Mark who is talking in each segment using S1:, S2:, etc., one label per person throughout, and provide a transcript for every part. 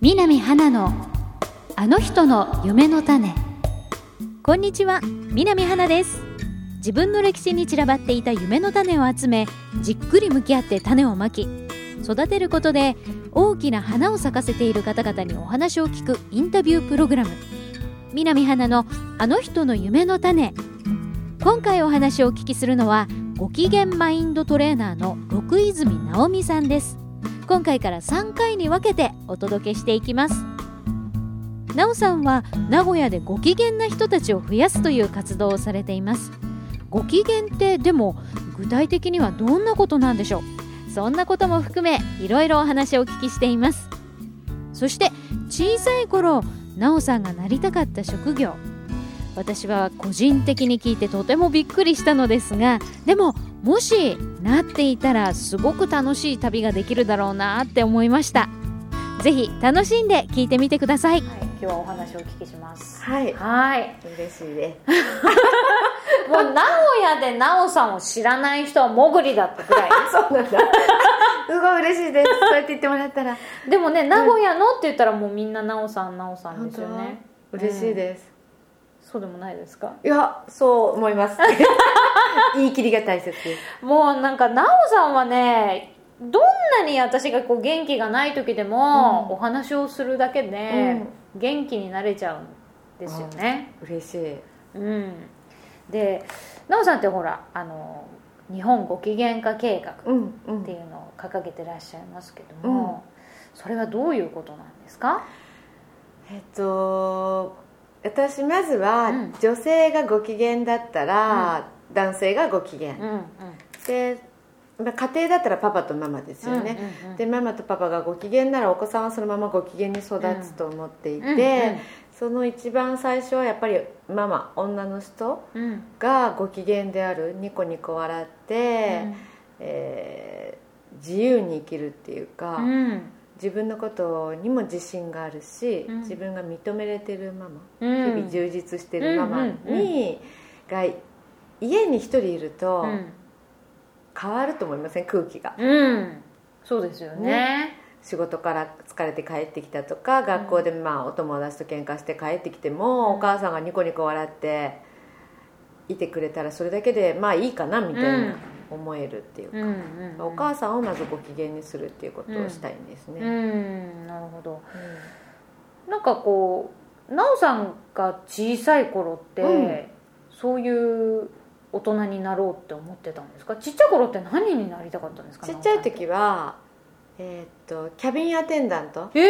S1: 南花のあの人の夢の種
S2: こんにちは南花です自分の歴史に散らばっていた夢の種を集めじっくり向き合って種をまき育てることで大きな花を咲かせている方々にお話を聞くインタビュープログラム南花のあの人の夢の種今回お話をお聞きするのはご機嫌マインドトレーナーの六泉直美さんです今回から3回に分けてお届けしていきますなおさんは名古屋でご機嫌な人たちを増やすという活動をされていますご機嫌ってでも具体的にはどんなことなんでしょうそんなことも含めいろいろお話をお聞きしていますそして小さい頃なおさんがなりたかった職業私は個人的に聞いてとてもびっくりしたのですがでももしなっていたらすごく楽しい旅ができるだろうなって思いましたぜひ楽しんで聞いてみてください
S3: はい、今日はお話をお聞きします。
S4: はい、
S3: はい。
S4: 嬉しいです。
S3: もう名古屋でなおさんを知らない人はもぐりだったく らい。
S4: そうなんだ。すごい嬉しいです。そうやって言ってもらったら、
S3: でもね、名古屋のって言ったらもうみんななおさんなおさんですよね。
S4: 嬉しいです。
S3: そうでもないですか
S4: いや、そう思い ます。言い切りが大切です。
S3: もうなんかなおさんはね、どんなに私がこう元気がない時でも、
S4: うん
S3: お話をするだけで元気になれちゃうんですよね。
S4: 嬉しい。
S3: うん。で、なおさんってほら、あの、日本ご機嫌化計画。
S4: うん、うん
S3: っていうのを掲げてらっしゃいますけども、それはどういうことなんですか、
S4: えっと、私まずは、
S3: うん
S4: 女性がご機嫌だったら、男性がご機
S3: う
S4: 嫌。
S3: んうん、
S4: で、まあ家庭だったらパパとママですよね。
S3: うんうん
S4: でママとパパがご機嫌ならお子さんはそのままご機嫌に育つと思ってい
S3: う
S4: て、
S3: んうん
S4: その一番最初はやっぱりママ女の人
S3: うんうん
S4: がご機嫌であるニコニコ笑って、えー自由に生きるっていうか、
S3: うん
S4: 自分のことにも自信があるし、
S3: うん
S4: 自分が認めれてるママ、
S3: うん
S4: 日々充実してるママに、
S3: うんうん
S4: が家に一人いると
S3: うん
S4: 変わると思いません空気が。
S3: うんそうですよね
S4: 仕事から疲れて帰ってきたとか学校でまあお友達と喧嘩して帰ってきても、
S3: うん
S4: お母さんがニコニコ笑っていてくれたらそれだけでまあいいかなみたい
S3: うん
S4: な思えるっていう
S3: う
S4: か、
S3: んうんうん
S4: お母さんをまずご機嫌にするっていうことをしたいんですね、
S3: うんなるほどなんかこうなおさんが小さい頃って、
S4: うん
S3: そういう大人になろうって思ってたんですかちっちゃい頃って何になりたかったんですか
S4: ちっちゃい
S3: なおさんて
S4: 時はえーっとキャビンアテンダント
S3: ええ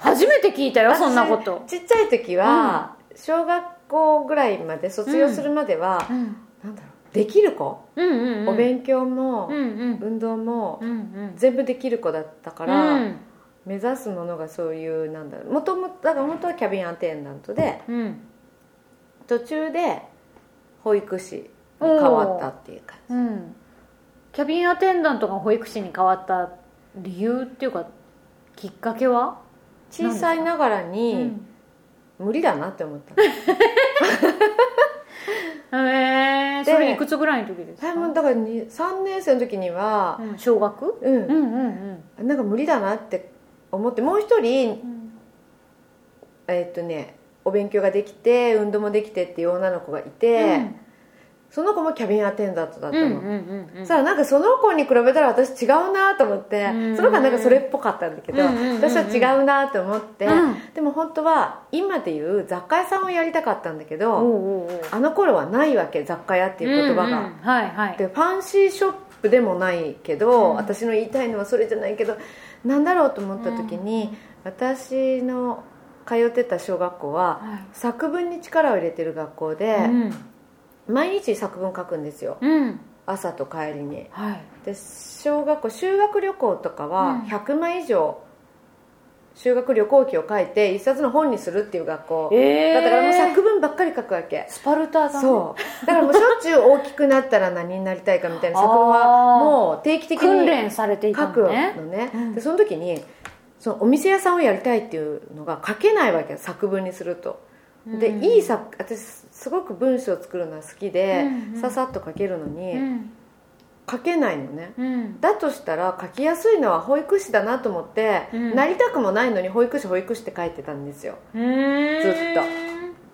S3: 初めて聞いたよそんなこと、
S4: ちっちゃい時は、小学校ぐらいまで卒業するまでは
S3: う、ん、
S4: なんだろうできる子、
S3: うんうんうん
S4: お勉強も、
S3: うんうん
S4: 運動も、
S3: うんうん
S4: 全部できる子だったか、
S3: からうん
S4: 目指すものがそういうなんだろうもともとだから元はキャビンアテンダントで
S3: うん
S4: 途中で保育士に変わったっていう感じ
S3: うんキャビンアテンダントが保育士に変わった理由っていうかきっかけは、
S4: 小さいながら
S3: う
S4: に
S3: ん
S4: 無理だなって思った、
S3: へえ
S4: で
S3: それいくつぐらいの時ですか、
S4: えもうだからに3年生の時には
S3: うん小学
S4: う、
S3: うんんうん
S4: なんか無理だなって思ってもう一人
S3: うん
S4: えーっとねお勉強ができて運動もできてっていう女の子がいて、
S3: うん
S4: その子もキャビンアテンダントだった
S3: うん
S4: の、
S3: うんうんうん
S4: さあなんかその子に比べたら私違うなと思って、
S3: うん
S4: その子はなんかそれっぽかったんだけど、
S3: うんうんうんうん
S4: 私は違うなと思って、
S3: うん
S4: でも本当は今でいう雑貨屋さんをやりたかったんだけ
S3: おう
S4: ど、
S3: おうおう
S4: あの頃はないわけ雑貨屋っていう言葉が、
S3: んんはいはい
S4: でファンシーショップでもないけ
S3: う
S4: ど、
S3: ん
S4: 私の言いたいのはそれじゃないけどなんだろうと思った時に、私の通ってた小学校は
S3: はい
S4: 作文に力を入れてる学校で、
S3: うん
S4: 毎日作文書くんですよ
S3: うん
S4: 朝と帰りに。
S3: はい
S4: で小学校修学旅行とかは
S3: うん
S4: 100枚以上修学旅行記を書いて一冊の本にするっていう学校、
S3: え
S4: だからもう
S3: さ
S4: 作文ばっかり書くわけ
S3: スパルタだね
S4: そうだからもうしょっちゅう大きくなったら何になりたいかみたいな作文は
S3: あー
S4: もう定期的
S3: 訓
S4: に
S3: 練されていた
S4: 書
S3: の
S4: くの
S3: ね
S4: ね
S3: うん
S4: でその時にそのお店屋さんをやりたいっていうのが書けないわけ作文にするとで、
S3: うん
S4: いい作私すごく文章を作るのは好きで、
S3: うんうん
S4: ささっと書けるのに、
S3: うん
S4: 書けないのね
S3: うん
S4: だとしたら書きやすいのは保育士だなと思って、
S3: うん
S4: なりたくもないのに保育士保育士って書いてたんですよずっと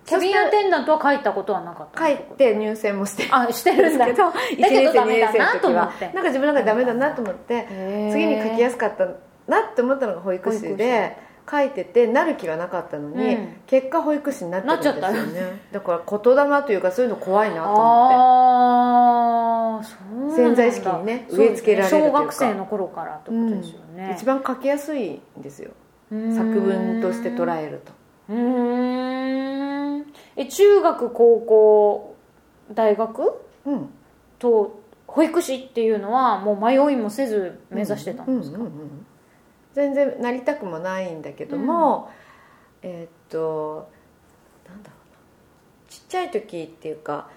S3: キャビンアテンダントは書いたことはなかった
S4: 書いて入選もしてる
S3: あしてるん
S4: んで
S3: だ
S4: すけど1年生2年生の時
S3: ダメだなと思
S4: は
S3: って
S4: なんか自分の中でダメだなと思って次に書きや
S3: す
S4: すかったなって思ったのが保育士で書いててなる気はなかったのに、
S3: うん
S4: 結果保育士になってるんですよ
S3: なっち
S4: ねだから言霊というかそういうの怖いなと思って
S3: ああそうなんだ
S4: 潜在意識にね
S3: そうです
S4: 植え付けられるという
S3: 小
S4: か
S3: 学生の頃からってことですよね、
S4: 一番書きやすいんですよ
S3: うん
S4: 作文として捉えると
S3: うーんえ中学高校大学
S4: うん
S3: と保育士っていうのはもう迷いもせず目指してたんですか、
S4: うんうんうんうん全然なりたくもないんだけども、えーっとなんだろうなちっちゃい時っていうか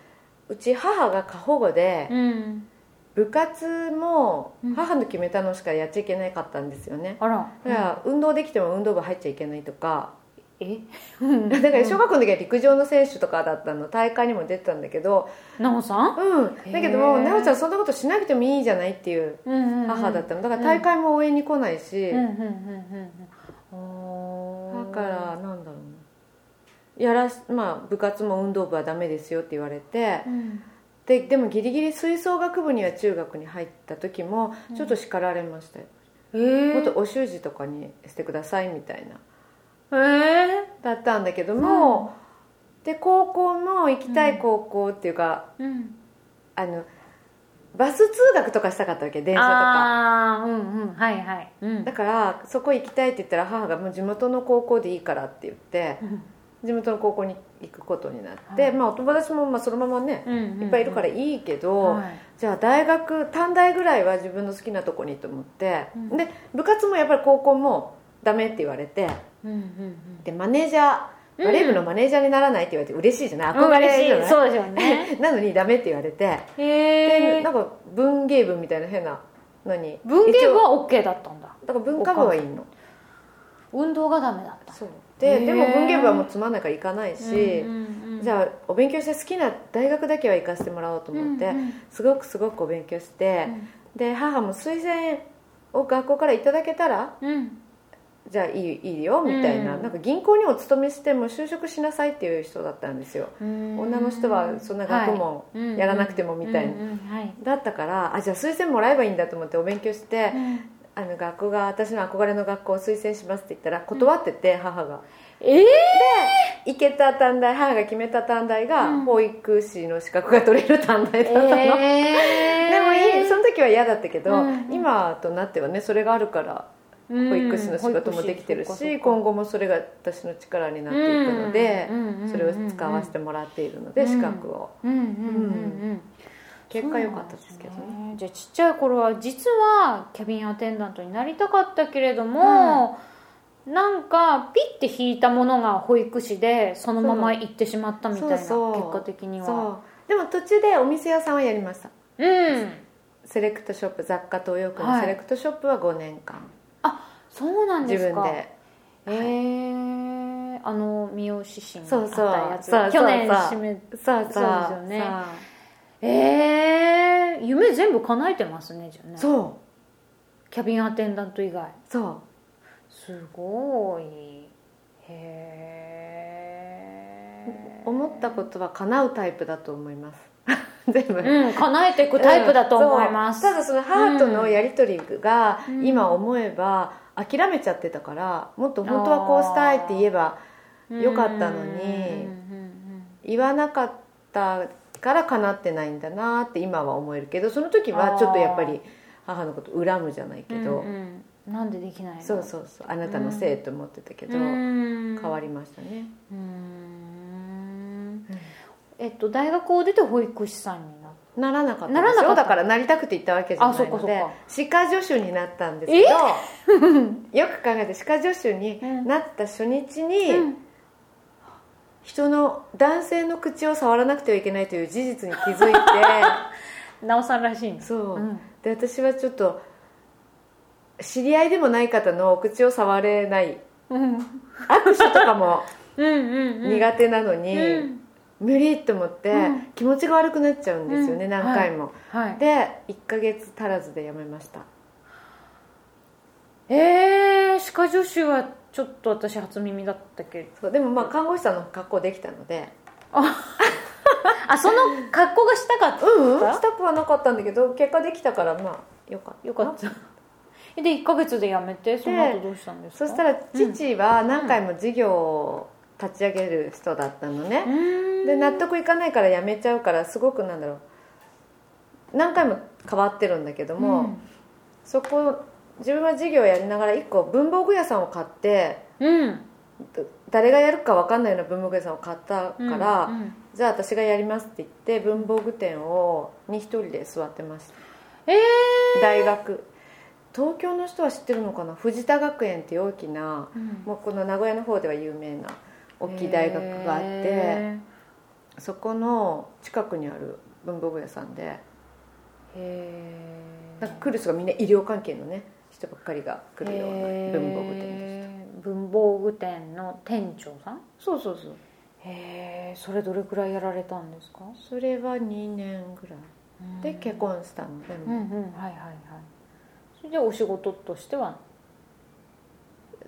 S4: うち母が過保護で、
S3: うん
S4: 部活も
S3: うん
S4: 母の決めたのしかやっちゃいけなかったんですよね、
S3: あら
S4: だから運動できても運動部入っちゃいけないとか、
S3: え
S4: だから小学校の時は陸上の選手とかだったの大会にも出てたんだけど
S3: なおさん
S4: うんだけども
S3: へー
S4: 奈緒ちゃんそんなことしなくてもいいじゃないっていう母だったのだから大会も応援に来ないし、
S3: うんうんうんうんうん
S4: だからなんだろうなやらしまあ、部活も運動部はダメですよって言われて
S3: うん
S4: ででもギリギリ吹奏楽部には中学に入った時もちょっと叱られましたよ、
S3: え
S4: もっ
S3: ー
S4: とお習字とかにしてくださいみたいな
S3: えー
S4: だったんだけども、で高校も行きたい高校っていうか、
S3: うん
S4: あのバス通学とかしたかったわけ電車とか
S3: ああうんうんはいはいうん
S4: だからそこ行きたいって言ったら母がもう地元の高校でいいからって言って
S3: うん
S4: 地元の高校に行くことになって、
S3: はい
S4: まあお友達もまあそのままね、
S3: うんうんうん
S4: いっぱいいるからいいけど、
S3: はい
S4: じゃあ大学短大ぐらいは自分の好きなとこにと思って、
S3: うん
S4: で部活もやっぱり高校もダメって言われて
S3: うんうん
S4: でマネージャーバレー部のマネージャーにならないって言われて嬉しいじゃない
S3: うん
S4: 憧れるじ
S3: 嬉
S4: ゃな
S3: しい
S4: い、
S3: そうですよね
S4: なのにダメって言われて
S3: へ
S4: で
S3: え
S4: なんか文芸部みたいな変なのに
S3: 文芸部
S4: 一応
S3: は OK だったんだ
S4: だから文化部はいいの
S3: 運動がダメだった
S4: そう
S3: へ
S4: で
S3: ー
S4: でも文芸部はもうつまんないから行かないし、じ
S3: あ
S4: ゃあお勉強して好きな大学だけは行かせてもらおうと思って、すごくすごくお勉強して、で母も推薦を学校からいただけたらじゃあいいいいよみたいな,、
S3: うん
S4: なんか銀行にお勤めしても就職しなさいっていう人だったんですよ、女
S3: 女
S4: の人はそんな学問やらなくてもみたいな
S3: はい
S4: だったからあじゃあ推薦もらえばいいんだと思ってお勉強して、あの学校が私の憧れの学校を推薦しますって言ったら断ってて、母が
S3: ええ
S4: 行けた短大母が決めた短大が、
S3: うん
S4: 保育士の資格が取れる短 大だったの、でもいいその時は嫌だったけど、
S3: うん
S4: 今となってはねそれがあるから保育士の仕事もできてるし、今
S3: 後
S4: 後もそれが私の力になっていくので、それを使わせてもらっているので、
S3: うん
S4: 資格を
S3: うんうんうん
S4: 結果良かったですけど
S3: そう
S4: ね
S3: なんですねじゃあちっちゃい頃は実はキャビンアテンダントになりたかったけれども、なんかピッて引いたものが保育士でそのまま行ってしまったみたいな
S4: そうそう
S3: 結果的には
S4: そうでも途中でお店屋さんはやりました
S3: うん
S4: セレクトショップ雑貨東洋館
S3: はい
S4: のセレクトショップは5年間、
S3: そうなんで
S4: 自
S3: す
S4: 分
S3: か
S4: で
S3: えー、あの三好市に
S4: そうそう
S3: あったやつ
S4: そうそう
S3: 去年
S4: そう
S3: 締め
S4: さあさあ
S3: そうですよね
S4: さあ
S3: えー、夢全部叶えてますねじゃあね
S4: そう
S3: キャビンアテンダント以外
S4: そう
S3: すごいへえ
S4: 思ったことは叶うタイプだと思います 全部、
S3: うん叶えていくタイプだと思います、
S4: そうただその母との
S3: うん
S4: やり取りが
S3: うん
S4: 今思えば諦めちゃってたからもっと本当はこうしたいって言えば
S3: うん
S4: よかったのに
S3: うん
S4: 言わなかったから叶ってないんだなって今は思えるけどその時はちょっとやっぱり母のこと恨むじゃないけ
S3: うんうんう
S4: ど、
S3: んうんなんでできないの
S4: そうそうそうあなたのせいと思ってたけど、
S3: うん
S4: 変わりましたね、
S3: うんえっと大学を出て保育士さんになっ
S4: ならなかった
S3: ならな
S4: でし
S3: かっ
S4: ょ
S3: た
S4: だからなりたくて行ったわけじゃな
S3: あ
S4: い
S3: そっか
S4: の
S3: そっ
S4: で
S3: か
S4: 歯科助手になったんですけどよく考えて歯科助手になった初日に、
S3: て、
S4: 人の男性の口を触らなくてはいけないという事実に気 づいて
S3: なおさんらしいんです
S4: そう、
S3: うん
S4: で私はちょっと知り合いでもない方のお口を触れない
S3: うん
S4: 握手とかも
S3: うんうんうん
S4: 苦手なのに、
S3: うん
S4: 無理と思って、
S3: うん
S4: 気持ちが悪くなっちゃうんですよね、
S3: うん
S4: 何回も、
S3: はい
S4: で1ヶ月足らずでやめました
S3: えー、歯科助手はちょっと私初耳だったけど
S4: そうでもまあ看護師さんの格好できたので
S3: あその格好がしたかった、
S4: うん、スタッフはなかったんだけど結果できたからまあよかった
S3: よかったえで1ヶ月で辞めてその後どうしたんですか
S4: そしたら父は何回も事業を立ち上げる人だったの
S3: う
S4: ね、
S3: ーん
S4: で納得いかないから辞めちゃうからすごくなんだろう何回も変わってるんだけども、そこ自分は事業をやりながら1個文房具屋さんを買って
S3: うん、うん、
S4: 誰がやるか分かんないような文房具屋さんを買ったから、
S3: うんうん
S4: じゃあ私がやりますって言って文房具店をに一人で座ってました
S3: ええ
S4: 大学東京の人は知ってるのかな藤田学園っていう大きな
S3: ー
S4: もうこの名古屋の方では有名な大きい大学があって、
S3: へ
S4: そこの近くにある文房具屋さんで
S3: ーへ
S4: なんか来る人がみんな医療関係のね人ばっかりが来るような文房具店で
S3: した文房具店の店長さん
S4: すそうそうそう
S3: へえそれどれくらいやられたんですか
S4: それは2年ぐらいで結婚したので
S3: う
S4: も、
S3: んうんはいはいはいそれでお仕事としては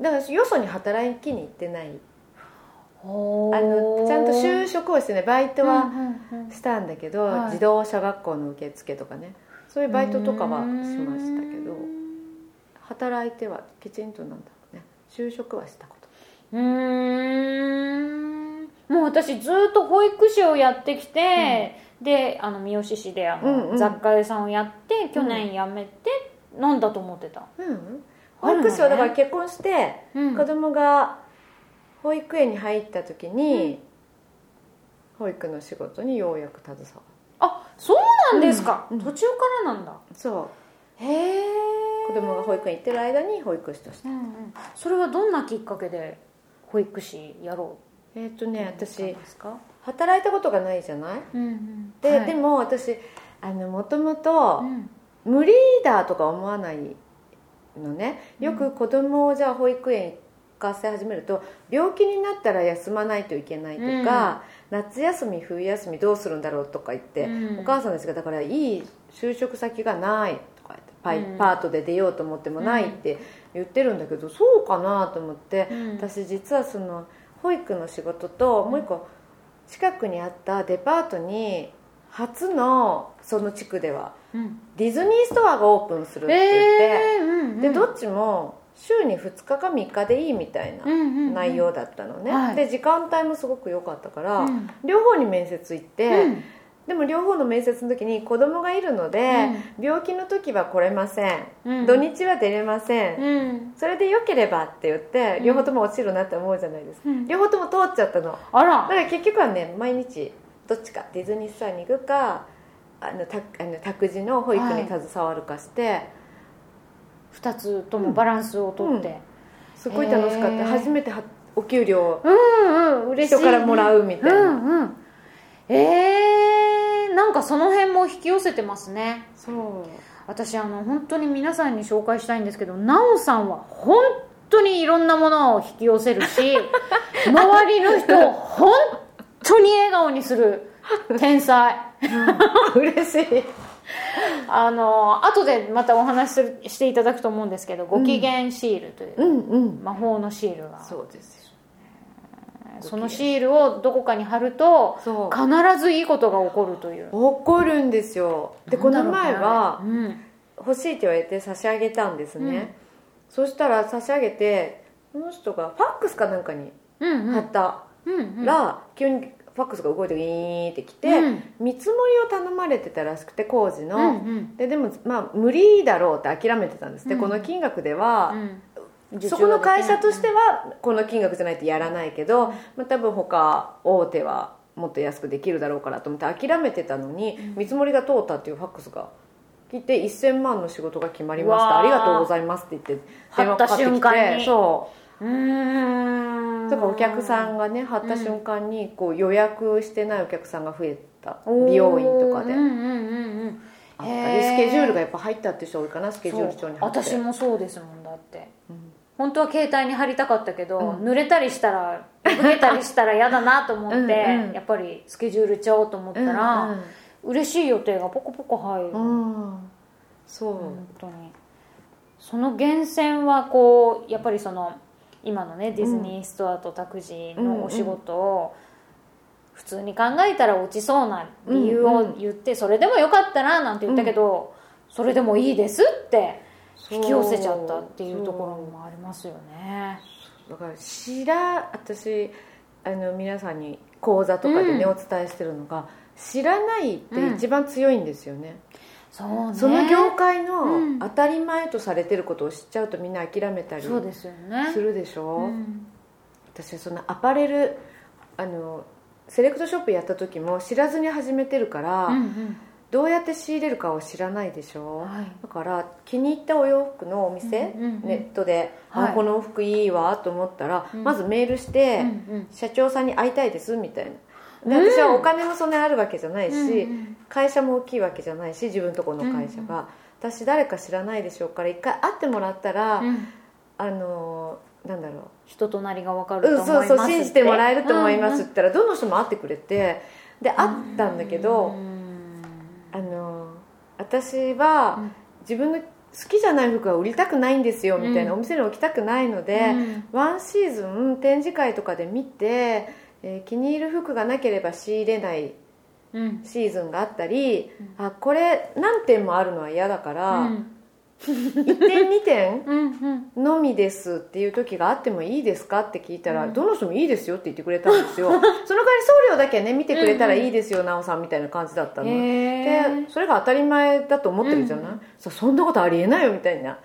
S4: だからよそに働きに行ってない
S3: あ
S4: あのちゃんと就
S3: 職
S4: 職をしてねバイトは、したんだけど、
S3: はい
S4: 自動車学校の受付とかねそういうバイトとかはしましたけど働いてはきちんとなんだろうね就職はしたこと
S3: うーんもう私ずっと保育士をやってきて、であの三好市であの、
S4: うんうん
S3: 雑貨屋さんをやって去年辞めて、なんだと思ってた、
S4: うん
S3: ある
S4: 保
S3: のね
S4: 育士はだから結婚して
S3: うん
S4: 子供が保育園に入った時に、保育の仕事にようやく携わる
S3: あそうなんですか、
S4: うんうん
S3: 途中からなんだ
S4: そう
S3: へえ
S4: 子供が保育園行ってる間に保育士として、
S3: うんうん、それはどんなきっかけで保育士やろ
S4: えっ、と
S3: う
S4: ね
S3: って思った
S4: 私
S3: んですか
S4: 働いたことがないじゃない
S3: うんうん
S4: で、
S3: はい
S4: でも私あのもともと、
S3: うん
S4: 無理だとか思わないのねよく子供をじゃあ保育園行かせ始めると病気になったら休まないといけないとか、夏休み冬休みどうするんだろうとか言って、
S3: うん
S4: お母さんたちがだからいい就職先がないとか言ってパイ、
S3: うん
S4: パートで出ようと思ってもないって言ってるんだけど、そうかなと思って、
S3: うん
S4: 私実はその保育の仕事ともう一個近くにあったデパートに初のその地区では
S3: うん
S4: ディズニーストアがオープンするって言って、
S3: えーうんうん
S4: でどっちも週に2日か3日でいいみたいな
S3: うんうんうん
S4: 内容だったのね、
S3: はい
S4: で時間帯もすごく良かったから、
S3: うん
S4: 両方に面接行って、
S3: うん
S4: でも両方の面接の時に子供がいるので、病気の時は来れません、
S3: うん
S4: 土日は出れません、
S3: うん
S4: それで良ければって言って両方とも落ちるなって思うじゃないですか、
S3: うん
S4: 両方とも通っちゃったの
S3: あ
S4: だ
S3: ら
S4: から結局はね毎日どっちかディズニーストアに行くかあのたあの託児の保育に携わるかして、
S3: 2つともバランスをとって、
S4: すごい楽しかった、
S3: へー
S4: 初めてはお給料を
S3: うんうん嬉しい
S4: 人からもらうみたいな、
S3: うんうんえー、なんかその辺も引き寄せてますね
S4: そう
S3: 私あの本当に皆さんに紹介したいんですけど奈緒さんは本当にいろんなものを引き寄せるし 周りの人を本当に笑顔にする天才
S4: 嬉しい
S3: あの後でまたお話しするしていただくと思うんですけどご機嫌シールという、
S4: うんうん
S3: 魔法のシールが
S4: そうですよ
S3: そのシールをどこかに貼ると
S4: そ
S3: 必ずいいことが起こるという
S4: う怒るんですよでこの前は
S3: うん
S4: 欲しいって言われて差し上げたんですね、
S3: うん
S4: そしたら差し上げてその人がファックスかなんかに
S3: うんう
S4: 貼
S3: ん
S4: った
S3: うんうん
S4: ら、急にファックスが動いてウィーンってきて、
S3: うん
S4: 見積もりを頼まれてたらしくて工事
S3: うんう
S4: の、
S3: ん
S4: ででもまあ無理だろうって諦めてたんですって、
S3: うん
S4: この金額では、
S3: うん
S4: そこの会社として
S3: は
S4: はこの金額じゃないとやらないけど、まあ、多分他大手はもっと安くできるだろうからと思って諦めてたのに見積もりが通ったっていうファックスが来て1000万の仕事が決まりま
S3: う
S4: し
S3: わ
S4: た
S3: ー
S4: ありがとうございますって言って電話かかって
S3: 貼
S4: き
S3: った瞬間に
S4: てそう
S3: ー
S4: うんだからお客さんがね貼った瞬間にこう予約してないお客さんが増えた美容院とかで
S3: うんうんうんうん
S4: あったりスケジュールがやっぱ入ったっていう人多いかなスケジュール帳に
S3: そ
S4: 貼
S3: う
S4: って
S3: 私もそうですもんだって、
S4: うん
S3: 本当は携帯に貼りたかったけど、
S4: うん
S3: 濡れたりしたら濡れたりしたら嫌だなと思って
S4: うんうん
S3: やっぱりスケジュール帳と思ったら、嬉しい予定がポコポコ入る、
S4: うんうんうんそう、
S3: 本当にその源泉はこうやっぱりその今のねディズニーストアとタクジーのお仕事を普通に考えたら落ちそうな理由
S4: うんう
S3: を
S4: ん
S3: 言ってそれでもよかったななんて言ったけどそれでもいいですって
S4: そう
S3: 引き寄せちゃったっていうところもありますよね
S4: だから知ら私あの皆さんに講座とかでね、
S3: うん
S4: お伝えしてるのが知らないっ
S3: うん
S4: て一番強いんですよね、
S3: そうね
S4: その業界
S3: うん
S4: の当たり前とされてることを知っちゃうとみんな諦めたり
S3: そうですよね
S4: するでしょ、
S3: うん
S4: 私そのアパレルあのセレクトショップやった時も知らずに始めてるから、
S3: うん
S4: どうやって仕入れるかを知らないでし
S3: うん
S4: ょ、
S3: はい
S4: だから気に入ったお洋服のお店、
S3: うんうんうん
S4: ネットで、
S3: はい
S4: あこの服いいわと思ったら、
S3: うん
S4: まずメールして、
S3: うんうん
S4: 社長さんに会いたいですみたいなで私はお金もそんなにあるわけじゃないし、
S3: うん
S4: 会社も大きいわけじゃないし自分とこの会社が、私誰か知らないでしょうから一回会ってもらったら、
S3: うん
S4: あのーなんだろ
S3: 人となりが分か
S4: う、
S3: る
S4: う
S3: と
S4: ん、
S3: 思い
S4: そ
S3: ます
S4: うそう信じてもらえると思い
S3: っ
S4: ますって言ったら、どの人も会ってくれてで会ったんだけど、
S3: うん
S4: あのー私は
S3: うん
S4: 自分の好きじゃない服は売りたくないんですよみたいな、
S3: うん
S4: お店に置きたくないので、
S3: うん
S4: ワンシーズン展示会とかで見て、えー気に入る服がなければ仕入れない
S3: うん
S4: シーズンがあったり、あこれ何点もあるのは嫌だから、1点2点
S3: うんうん
S4: のみですっていう時があってもいいですかって聞いたら、
S3: うん
S4: どの人もいいですよって言ってくれたん ですよその代わり送料だけね見てくれたらいいですよなおさんみたいな感じだったの、
S3: へ
S4: でそれが当たり前だと思ってるじゃない、そそんなことありえないよみたいな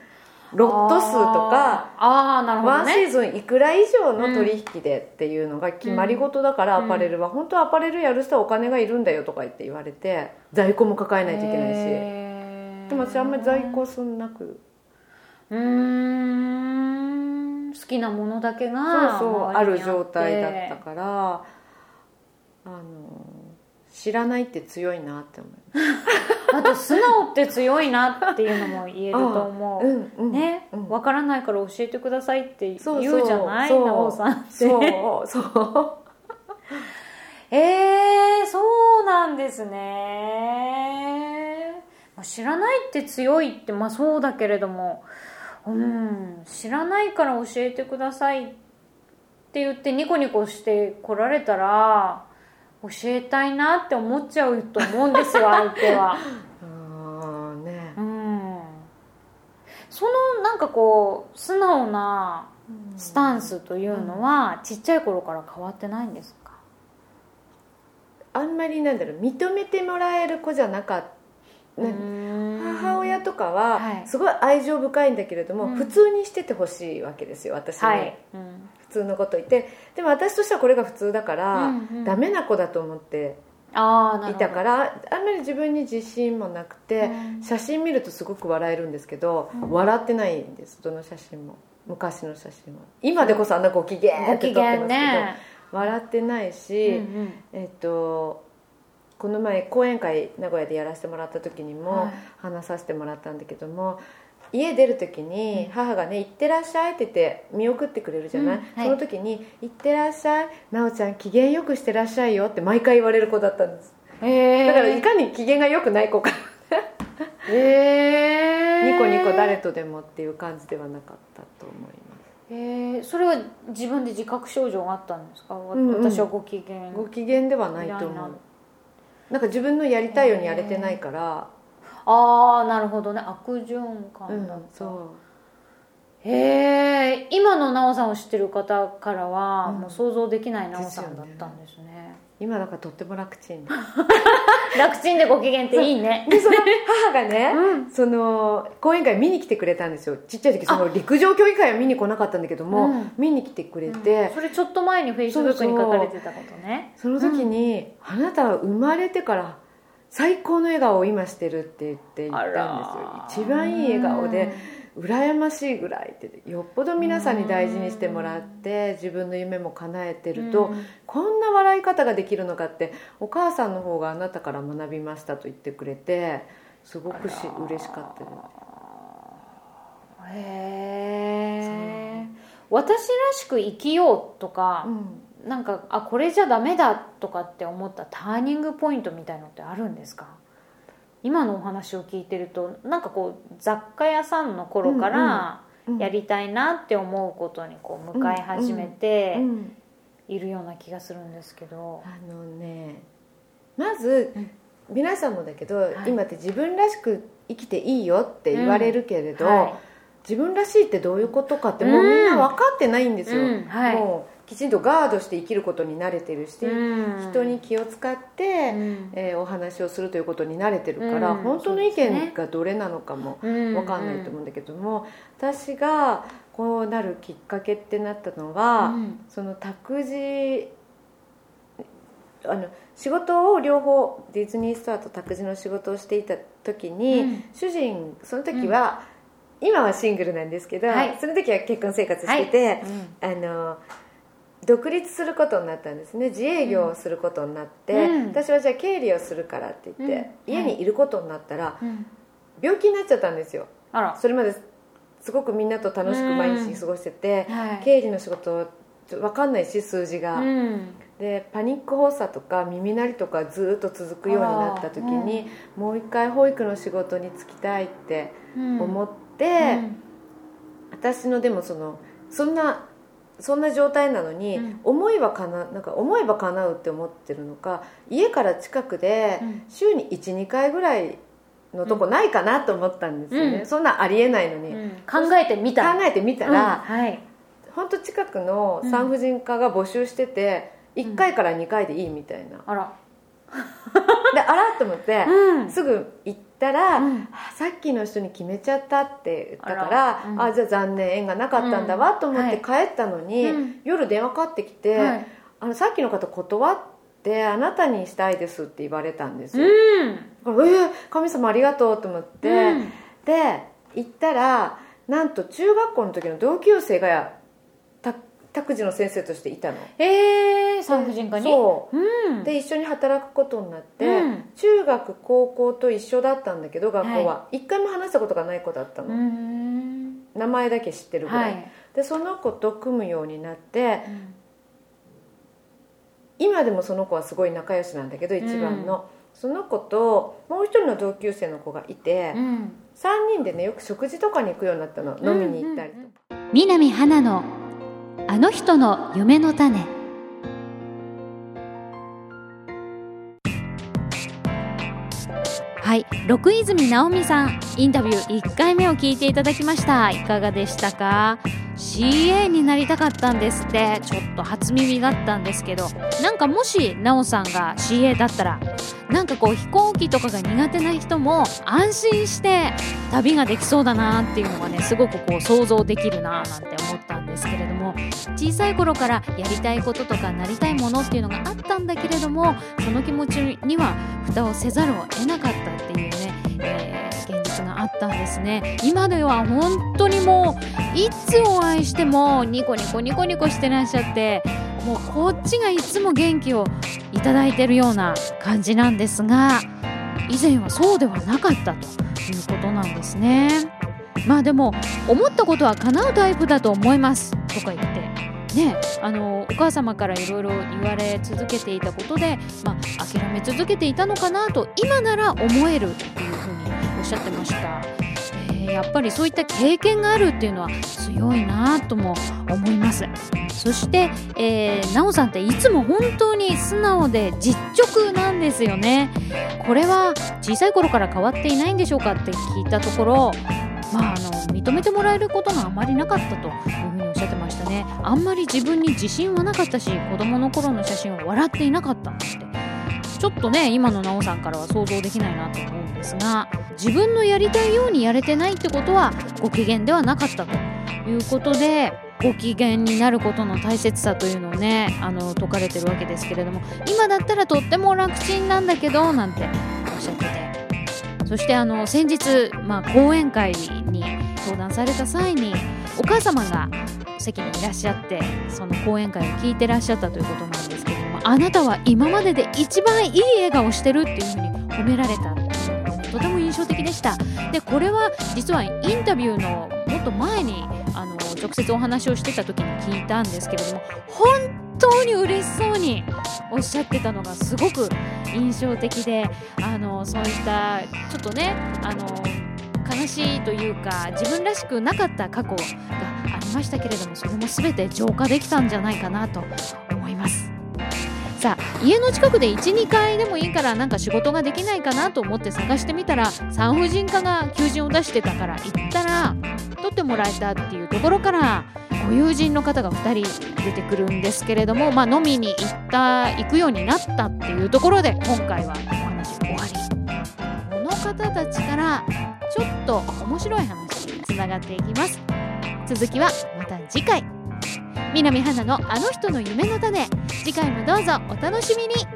S4: ロット数とか
S3: あーあーなるほ
S4: ワ
S3: ど
S4: ンシ
S3: ね
S4: ーズンいくら以上の取引でっていうのが決まり事だから、
S3: うん
S4: アパレルは本当はアパレルやる人はお金がいるんだよとか言って言われて在庫も抱えないといけないし、
S3: へー
S4: でも私あんまり在庫そんなく
S3: うーん好きなものだけ
S4: そう
S3: が
S4: そうあ
S3: 周り
S4: る
S3: に
S4: 状
S3: って
S4: 態だったからあの知らないって強いなって思う
S3: あと素直って強いなっていうのも言えると思う
S4: うんうん
S3: ね、
S4: うん
S3: 分からないから教えてくださいって言
S4: そう
S3: うじゃない
S4: そう
S3: 奈緒さんって
S4: そうそう
S3: えー、そうなんですね、まあ、知らないって強いってまあそうだけれどもうん知らないから教えてくださいって言ってニコニコして来られたら教えたいなって思っちゃうと思うんですよ相手は
S4: あーね
S3: うんそのなんかこう素直なスタンスというのはちっちゃい頃から変わってないんですか
S4: あんまりなんだろう認めてもらえる子じゃなかった、なん母
S3: 母
S4: 親とか
S3: は
S4: はいすごい愛情深いんだけれども、
S3: うん
S4: 普通にしててほしいわけですよ私は、
S3: はい、うん
S4: 普通のこと言ってでも私としてはこれが普通だから、
S3: うんうん
S4: ダメな子だと思って
S3: ああなる
S4: い
S3: ほど
S4: たからあんまり自分に自信もなくて、
S3: うん
S4: 写真見るとすごく笑えるんですけど、
S3: うん
S4: 笑ってないんですどの写真も昔の写真は今でこそあんなご機嫌
S3: ご
S4: っ
S3: 機
S4: て撮ってます
S3: 嫌
S4: けど、
S3: ね
S4: 笑ってない
S3: うん
S4: し、えっとこの前講演会名古屋でやらせてもらった時に
S3: は
S4: も
S3: い
S4: 話させてもらったんだけども、家出る時に母がね「行ってらっしゃい」って言って見送ってくれるじゃない、
S3: うんはい
S4: その時に「行ってらっしゃい奈緒ちゃん機嫌よくしてらっしゃいよ」って毎回言われる子だったんです
S3: うんへえ
S4: だからいかに機嫌が良くない子か
S3: へえ
S4: ニコニコ誰とでもっていう感じではなかったと思います
S3: へえそれは自分で自覚症状があったんですか、わ
S4: うんうん
S3: 私はご機嫌
S4: ご機嫌ではないと
S3: いら
S4: 思
S3: ないう
S4: なんか自分のやりたいようにやれてないから、
S3: ああなるほどね悪循
S4: う
S3: 環
S4: ん
S3: だった、
S4: そう
S3: へえ今の奈緒さんを知ってる方からは、
S4: うん
S3: もう想像できない奈緒さんだったんですね
S4: 今だからとっても楽ちん
S3: 楽ちんでご機嫌っていいね
S4: でその母がね、
S3: うん
S4: その講演会見に来てくれたんですよちっちゃい時その陸上競技会は見に来なかったんだけども、
S3: うん
S4: 見に来てくれ
S3: うん
S4: て、
S3: それちょっと前にフェイスブックに書かれてたことね
S4: その時に、あなたは生まれてから最高の笑顔を今してるって言って言ったんですよ一番いい笑顔で、羨ましいぐらいってよっぽど皆さんに大事にしてもらって自分の夢も叶えて
S3: うん
S4: ると、
S3: うん
S4: こんな笑い方ができるのかってお母さんの方があなたから学びましたと言ってくれてすごくし嬉しかったです
S3: へえ
S5: 私らしく生きようとか
S4: う、ん
S5: なんかあこれじゃダメだとかって思ったターニングポイントみたいのってあるんですか今のお話を聞いてるとなんかこう雑貨屋さんの頃から
S4: うん
S5: やりたいなって思うことにこう向かい始めて
S4: うん
S5: いるような気がするんですけど、
S4: あのねまず、
S5: うん
S4: 皆さんもだけど、
S5: い
S4: 今って自分らしく生きていいよって言われるけれど、
S5: はい
S4: 自分らしいってどういうことかってもうみんな分かってないんですよ、
S5: うんはい
S4: もうきちんとガードして生きることに慣れてるし、
S5: うん
S4: 人に気を使って、
S5: うん
S4: えーお話をするということに慣れてるから、
S5: うん
S4: 本当の意
S5: そうですね
S4: 見がどれなのかも
S5: 分
S4: 分かんないと思うんだけども、私がこうなるきっかけってなったのは、
S5: うん
S4: その託児あの仕事を両方ディズニーストアと託児の仕事をしていた時に、
S5: うん
S4: 主人その時は、今はシングルなんですけど、
S5: はい
S4: その時は結婚生活してて、
S5: うん
S4: あの独立することになったんですね自営業をすることになって、
S5: うん
S4: 私はじゃあ経理をするからって言って、
S5: うん
S4: 家にいることになったら
S5: うん
S4: 病気になっちゃったんですよ
S5: あら
S4: それまですごくみんなと楽しく毎日過ごしてて、
S5: はい
S4: 経理の仕事ちょ分かんないし数字が、
S5: うん
S4: でパニック発作とか耳鳴りとかずっと続くようになった時に、もう一回保育の仕事に就きたいって
S5: うん
S4: 思って、
S5: うん
S4: 私のでもそのそんなそんな状態なのに、
S5: うん
S4: 思えばかななんか思えば叶うって思ってるのか家から近くで
S5: うん
S4: 週に12回ぐらいのとこないかなと思ったんですよね、
S5: うん
S4: そんなんありえないのに、
S5: うん考えてみた
S4: 考えてみた
S5: うん
S4: ら、
S5: はい
S4: ほん、本当近くの産婦人科が募集してて、1回から2回でいいみたいな、
S5: あら
S4: であらと思って、
S5: うん
S4: すぐ行ったら、
S5: うん
S4: あさっきの人に決めちゃったって言ったか
S5: あ
S4: らあ
S5: らうん
S4: じゃあ残念縁がなかったんだわと思って帰ったのに、
S5: うん
S4: 夜電話かかってきて、
S5: はい
S4: あのさっきの方断ってあなたにしたいですって言われたんですよ、
S5: うん
S4: だからえー神様ありがとうと思って、
S5: うん
S4: で行ったらなんと中学校の時の同級生がた託児の先生としていたの
S5: えー、産婦人科に
S4: そう
S5: う、ん、
S4: で一緒に働くことになって、
S5: うん
S4: 中学高校と一緒だったんだけど学校は一、回も話したことがない子だった
S5: う
S4: の、
S5: ーん
S4: 名前だけ知ってるぐら、
S5: はいい、
S4: でその子と組むようになって今でもその子はすごい仲良しなんだけど一番の、その子ともう一人の同級生の子がいて、
S5: うん
S4: 三3人でねよく食事とかに行くようになったの飲みに行ったりとか、
S3: 南花のあの人の嫁の種はい六泉直美さんインタビュー1回目を聞いていただきましたいかがでしたか CA になりたかったんですってちょっと初耳だったんですけどなんかもし奈緒さんが CA だったらなんかこう飛行機とかが苦手な人も安心して旅ができそうだなっていうのがねすごくこう想像できるななんて思ったんですけれども小さい頃からやりたいこととかなりたいものっていうのがあったんだけれどもその気持ちには蓋をせざるを得なかったっていうね、えー現実があったんですね今では本当にもういつお会いしてもニコニコニコニコしてらっしゃってもうこっちがいつも元気をいただいてるような感じなんですが以前はそうではなかったということなんですねまあでも思ったことは叶うタイプだと思いますとか言ってねあのお母様からいろいろ言われ続けていたことで、まあ、諦め続けていたのかなと今なら思えるっていうふうにおっしゃってました、えーやっぱりそういった経験があるっていうのは強いなとも思いますそして、えー、なおさんっていつも本当に素直で実直なんですよねこれは小さい頃から変わっていないんでしょうかって聞いたところ、まあ、あの認めてもらえることがあまりなかったというふうにおっしゃってましたねあんまり自分に自信はなかったし子供の頃の写真を笑っていなかったなんてちょっとね今の奈緒さんからは想像できないなと思うんですが自分のやりたいようにやれてないってことはご機嫌ではなかったということでご機嫌になることの大切さというのをねあの説かれてるわけですけれども今だったらとっても楽ちんなんだけどなんておっしゃっててそしてあの先日、まあ、講演会に登壇された際にお母様が席にいらっしゃってその講演会を聞いてらっしゃったということなんですけれどもあなたは今までで一番いい笑顔をしてるっていうふうに褒められたっていうのがとても印象的でしたでこれは実はインタビューのもっと前にあの直接お話をしてた時に聞いたんですけれども本当に嬉しそうにおっしゃってたのがすごく印象的であのそういったちょっとねあの悲しいというか自分らしくなかった過去がありましたけれどもそれも全て浄化できたんじゃないかなと思います。さあ家の近くで12回でもいいからなんか仕事ができないかなと思って探してみたら産婦人科が求人を出してたから行ったら取ってもらえたっていうところからご友人の方が2人出てくるんですけれども、まあ、飲みに行った行くようになったっていうところで今回はお話終わりこの方たちからちょっと面白い話につながっていきます続きはまた次回南花のあの人の夢の種次回もどうぞお楽しみに